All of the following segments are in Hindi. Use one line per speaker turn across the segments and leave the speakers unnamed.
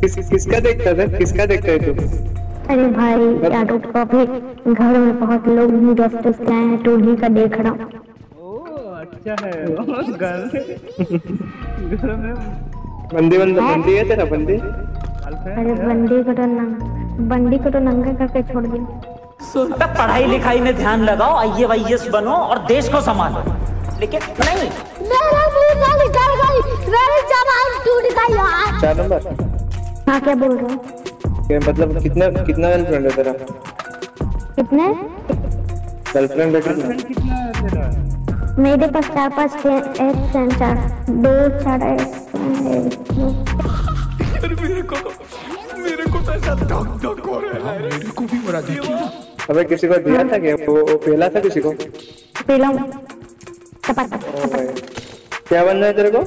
किस किसका देखता था किसका देखता है तू
अरे भाई यार तो काफी घर में बहुत लोग भी डॉक्टर्स के आए हैं तो उन्हीं का देख रहा हूँ
ओ अच्छा है घर घर में
बंदी बंदा बंदी है तेरा बंदी
अरे
गर्लफ्रेंड
बंदी को तो नंग बंदी को तो नंगा करके छोड़ दिया
बेटा पढ़ाई लिखाई में ध्यान लगाओ आई वाईएएस बनो और देश को संभालो लेकिन नहीं
मेरे मुंह का निकल गई मेरी जबान टूट गई यार
चार नंबर
हाँ क्या बोल रहे हो
क्या मतलब कितना कितना गर्लफ्रेंड है तेरा
कितने
गर्लफ्रेंड है कितना
कितना है तेरा
मेरे पास चार पाँच छः एक सेन चार दो चार एक छः, एक, दो।
अबे किसी को दिया था क्या वो, वो पहला था किसी को Oh ओ
पीला हूँ। टपक टपक
भाई।
टपक
क्या बनना है तेरे को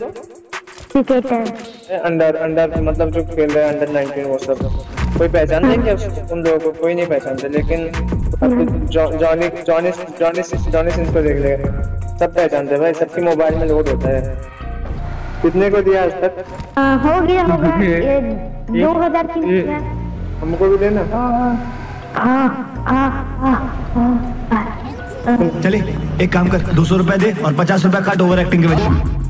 क्रिकेटर
अंडर अंडर मतलब जो खेल रहे हैं अंडर 19 वो सब कोई पहचान है क्या उस- उन लोगों को कोई नहीं पहचानते लेकिन अब तो जॉ- Johnny Johnny Johnny Johnny Singh को देख ले सब पहचानते हैं भाई सबके मोबाइल में लोड होता है कितने को दिया आज तक
आ, हो गया हो गया ये दो हजार की
ये-
है।
हमको भी देना
हाँ हाँ हाँ हाँ हाँ।
चले एक काम कर दो सौ रुपए दे और पचास रुपए काट ओवर एक्टिंग की वजह से।